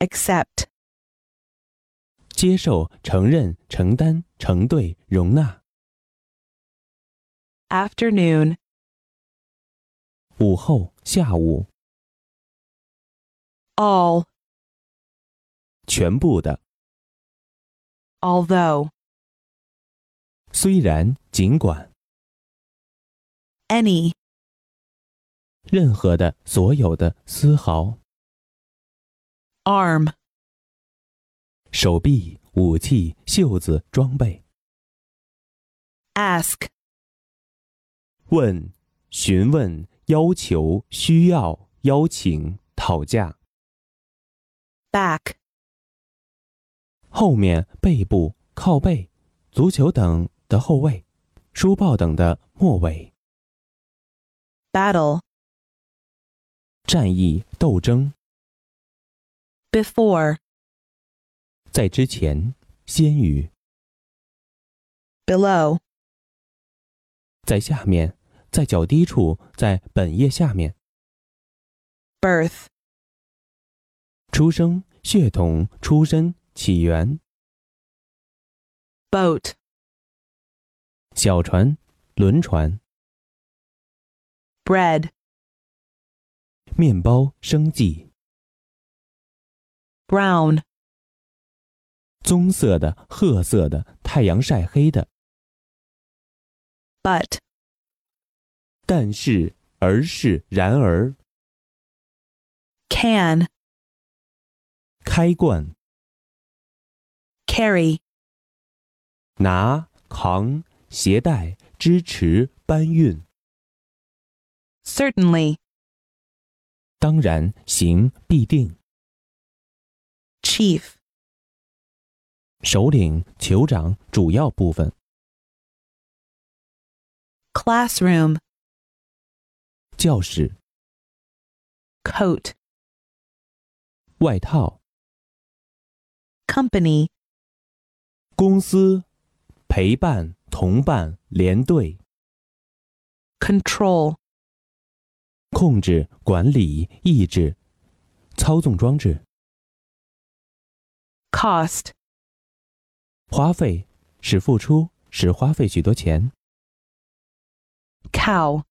accept, 接受、承认、承担、承对、容纳。 afternoon, 午后、下午， all, 全部的。 although, 虽然、尽管， any, 任何的、所有的、丝毫。 arm, 手臂、武器、袖子、装备。 ask, 问、询问、要求、需要、邀请、讨价。 back, 后面、背部、靠背、足球等的后卫，书报等的末尾。 battle, 战役、斗争 before, 在之前，先于 below, 在下面，在较低处，在本页下面。 birth, 出生、血统、出身、起源、 boat, 小船、轮船、 bread, 面包、生计、 brown, 棕色的、褐色的、太阳晒黑的。 but, 但是，而是，然而， can, 开罐、 carry, 拿、扛、携带、支持、搬运。 certainly, 当然，行，必定。 chief, 首领、酋长、主要部分。 classroom, 教室、 coat, 外套、 company, 公司、陪伴、同伴、连队、 control, 控制、管理、抑制、操纵装置、 cost, 花费，使付出，使花费许多钱。 cow,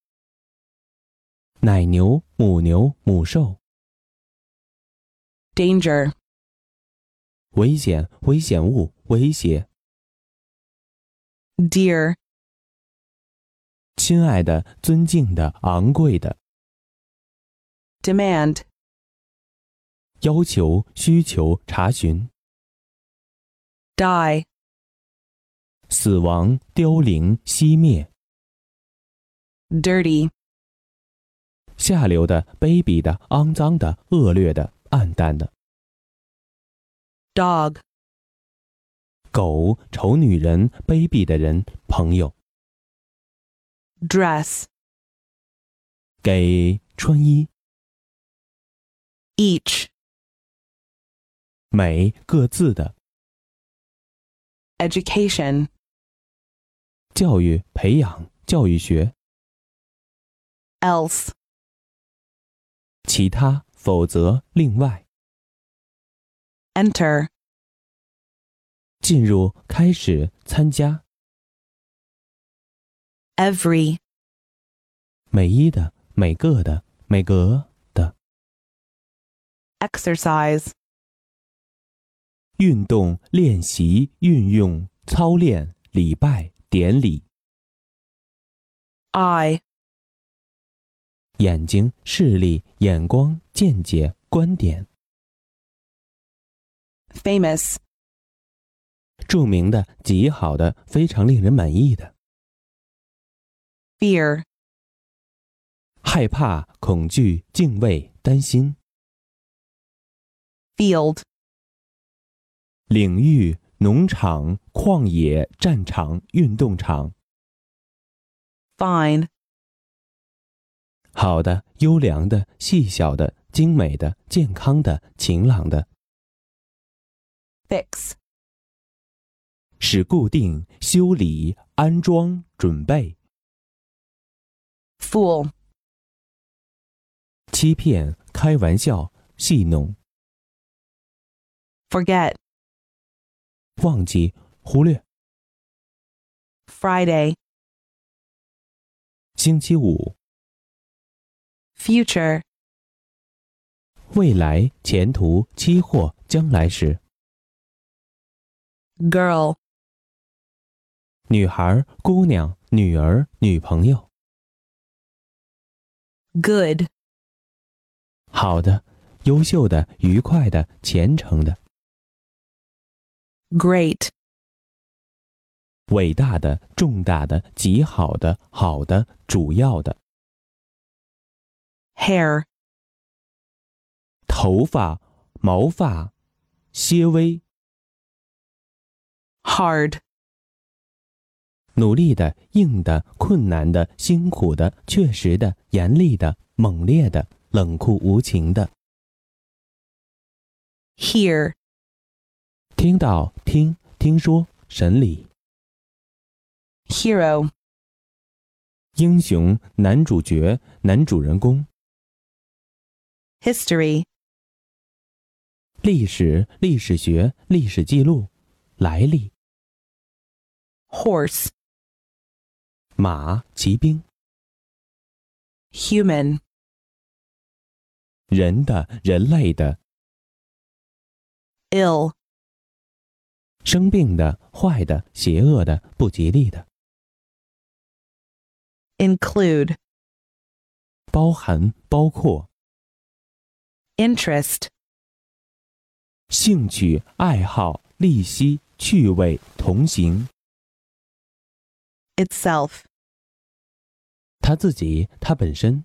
奶牛、母牛、母兽， danger, 危险、危险物、威胁。 dear, 亲爱的、尊敬的、昂贵的， demand, 要求、需求、查询、 die, 死亡、凋零、熄灭、 dirty, 下流的、卑鄙的、肮脏的、恶劣的、暗淡的。 dog, 狗、丑女人、卑鄙的人、朋友， dress, 给穿衣、 each, 美各自的 education, 教育、培养、教育学， else, 其他、否则、另外， enter, 进入、开始、参加， every, 每一的、每个的、每个的 exercise, 运动、练习、运用、操练、礼拜、典礼、 eye, 眼睛、视力、眼光、见解、观点， famous, 著名的、极好的、非常令人满意的。 fear, 害怕、恐惧、敬畏、担心， field, 领域、农场、旷野、战场、运动场， fine, 好的、优良的、细小的、精美的、健康的、晴朗的， fix, 使固定、修理、安装、准备、 fool, 欺骗、开玩笑、戏弄、 forget, 忘记、忽略。 Friday, 星期五， future, 未来、前途、期货、将来时。 girl, 女孩、姑娘、女儿、女朋友。 good, 好的，优秀的、愉快的、虔诚的、 great, 伟大的、重大的、极好的、好的、主要的。 hair, 头发、毛发、些微、 hard, 努力的、硬的、困难的、辛苦的、确实的、严厉的、猛烈的、冷酷无情的。 hear, 听到、听、听说、审理。 hero, 英雄、男主角、男主人公、 history, 历史、历史学、历史记录、来历、 horse, 马、骑兵、 human, 人的、人类的、 ill, 生病的、坏的、邪恶的、不吉利的， include, 包含、包括、 interest, 兴趣、爱好、利息、趣味、同行， itself, 他自己、他本身，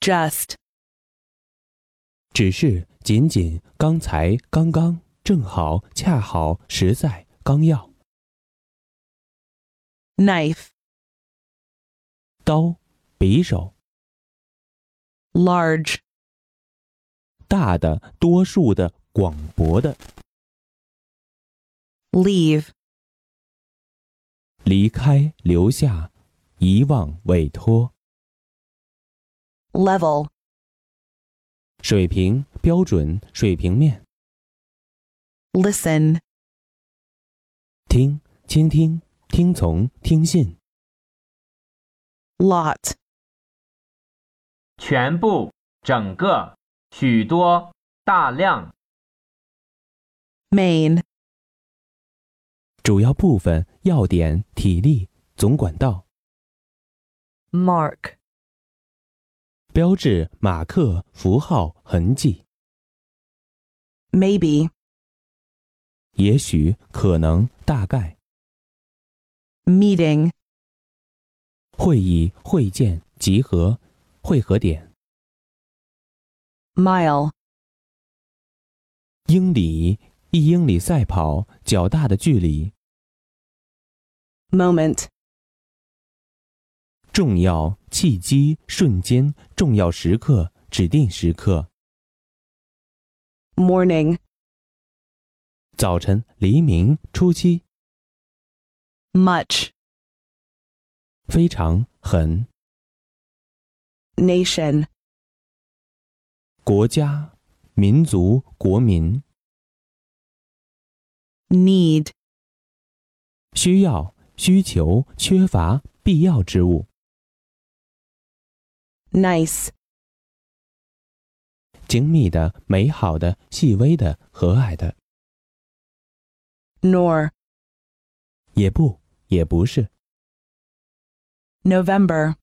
just, 只是、仅仅、刚才、刚刚、正好、恰好、实在、刚要、 knife, 刀、匕首、 large, 大的、多数的、广博的、 leave, 离开、留下、遗忘、委托、 level, 水平、标准、水平面。 listen, 听、倾听、听从、听信、 lot, 全部、整个、许多、大量、 main, 主要部分、要点、体力、总管道、 mark, 标志、马克、符号、痕迹。 maybe, 也许、可能、大概、 meeting, 会议、会见、集合、汇合点、 mile, 英里、一英里赛跑、较大的距离、 moment, 重要契机、瞬间、重要时刻、指定时刻、 morning, 早晨、黎明、初期、 much, 非常、很、 nation, 国家、民族、国民。 need, 需要、需求、缺乏、必要之物， nice, 精密的、美好的、细微的、和蔼的， nor, 也不也不是。 November,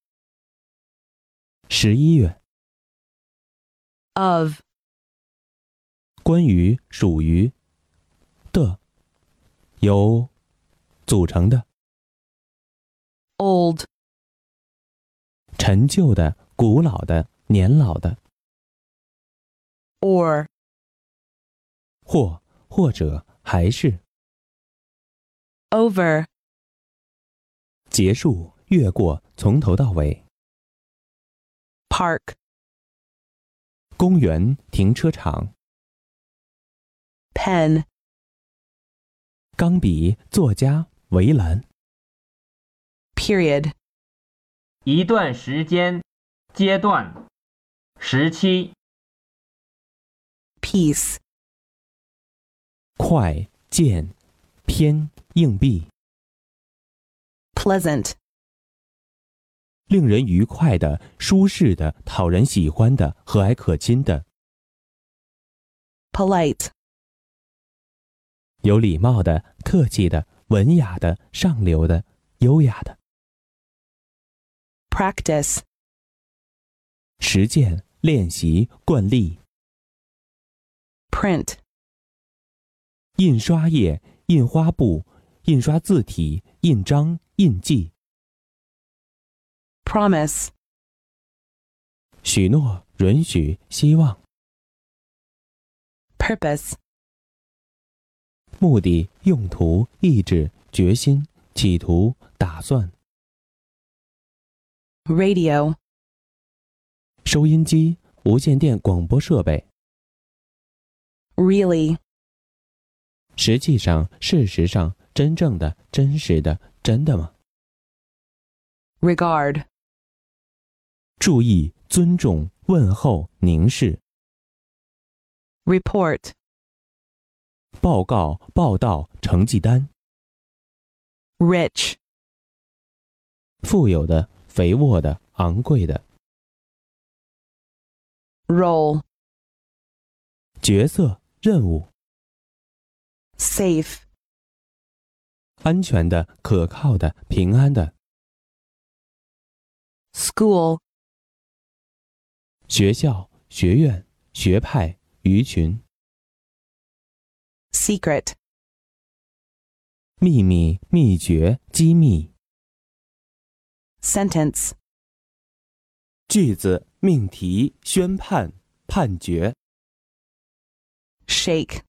十一月， of, 关于、属于的，由组成的、 old, 陈旧的、古老的、年老的， or, 或或者还是 over, 结束、越过、从头到尾。 park, 公园、停车场、 pen, 钢笔、作家、围栏、 period, 一段时间、阶段、时期、 peace, 快、剑、偏、硬币， pleasant, 令人愉快的、舒适的、讨人喜欢的、和蔼可亲的、 polite, 有礼貌的、客气的、文雅的、上流的、优雅的。 practice, 实践、练习、惯例、 print, 印刷业、印花布、印刷字体、印章、印记、 promise, 许诺、允许、希望、 purpose, 目的、用途、意志、决心、企图、打算、 radio, 收音机、无线电广播设备。 really, 实际上、事实上、真正的、真实的、真的吗？ regard, 注意、尊重、问候、凝视、 report, 报告、报道、成绩单。 rich, 富有的、肥沃的、昂贵的 role, 角色、任务、 safe, 安全的、可靠的、平安的 school, 学校、学院、学派、鱼群、 secret, 秘密、秘诀、机密、 sentence, 句子、命题、宣判、判决、 shake,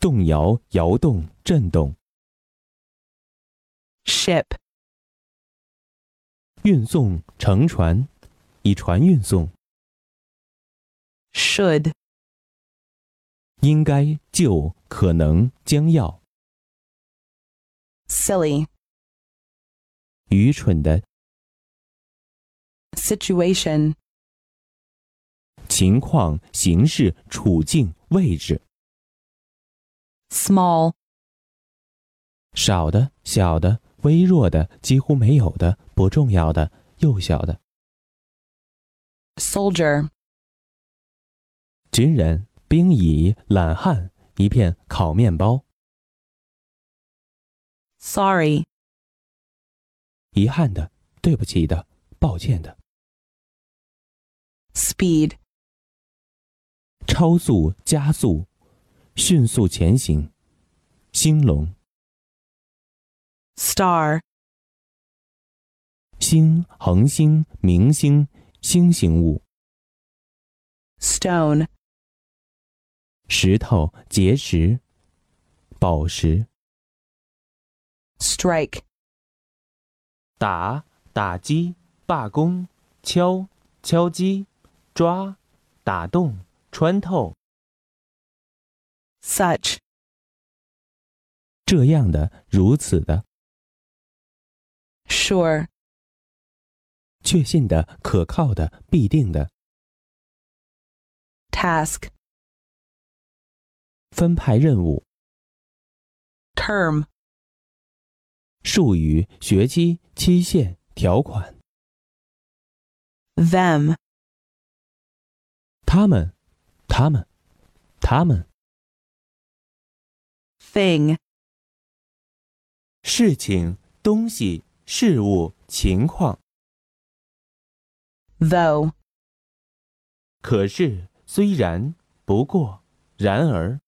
动摇、摇动、震动、 ship, 运送、乘船、以船运送、 should, 应该、就、可能、将要、 silly, 愚蠢的 situation, 情况、形式、处境、位置。 small, 少的、小的、微弱的、几乎没有的、不重要的、幼小的。 soldier, 军人、兵蚁、懒汉，一片烤面包。 sorry, 遗憾的、对不起的、抱歉的。 speed, 超速、加速，迅速前行。兴隆， star, 星、恒星、明星、星形物、 stone, 石头、结石、宝石。 strike, 打、打击、罢工、敲、敲击、抓、打洞、穿透， such, 这样的、如此的、 sure, 确信的、可靠的、必定的、 task, 分派任务、 term, 术语、学期、期限、条款， them, 他们、他们、他们、 thing, 事情、东西、事物、情况。 though, 可是，虽然，不过，然而，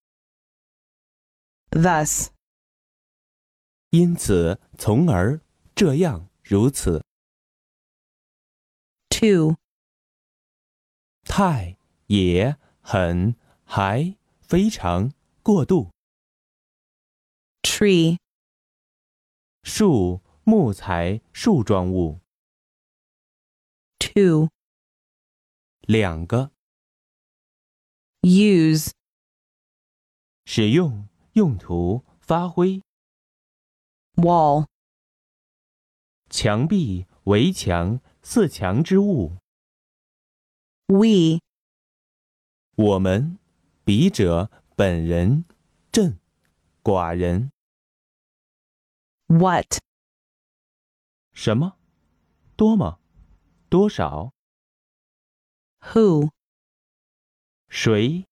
thus, 因此，从而，这样，如此。 to, 太、也、很、还、非常、过度、 tree, 树、木材、树状物、 to, 两个、 use, 使用、用途、发挥、 wall, 墙壁、围墙、四墙之物、 we, 我们、笔者、本人，朕，寡人， what, 什么？多么？多少？ who, 谁？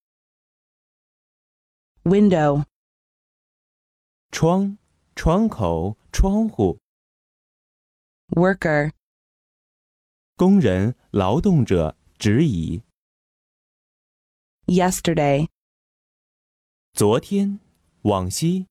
window, 窗，窗口，窗户， worker, 工人，劳动者，指乙。 yesterday, 昨天，往昔，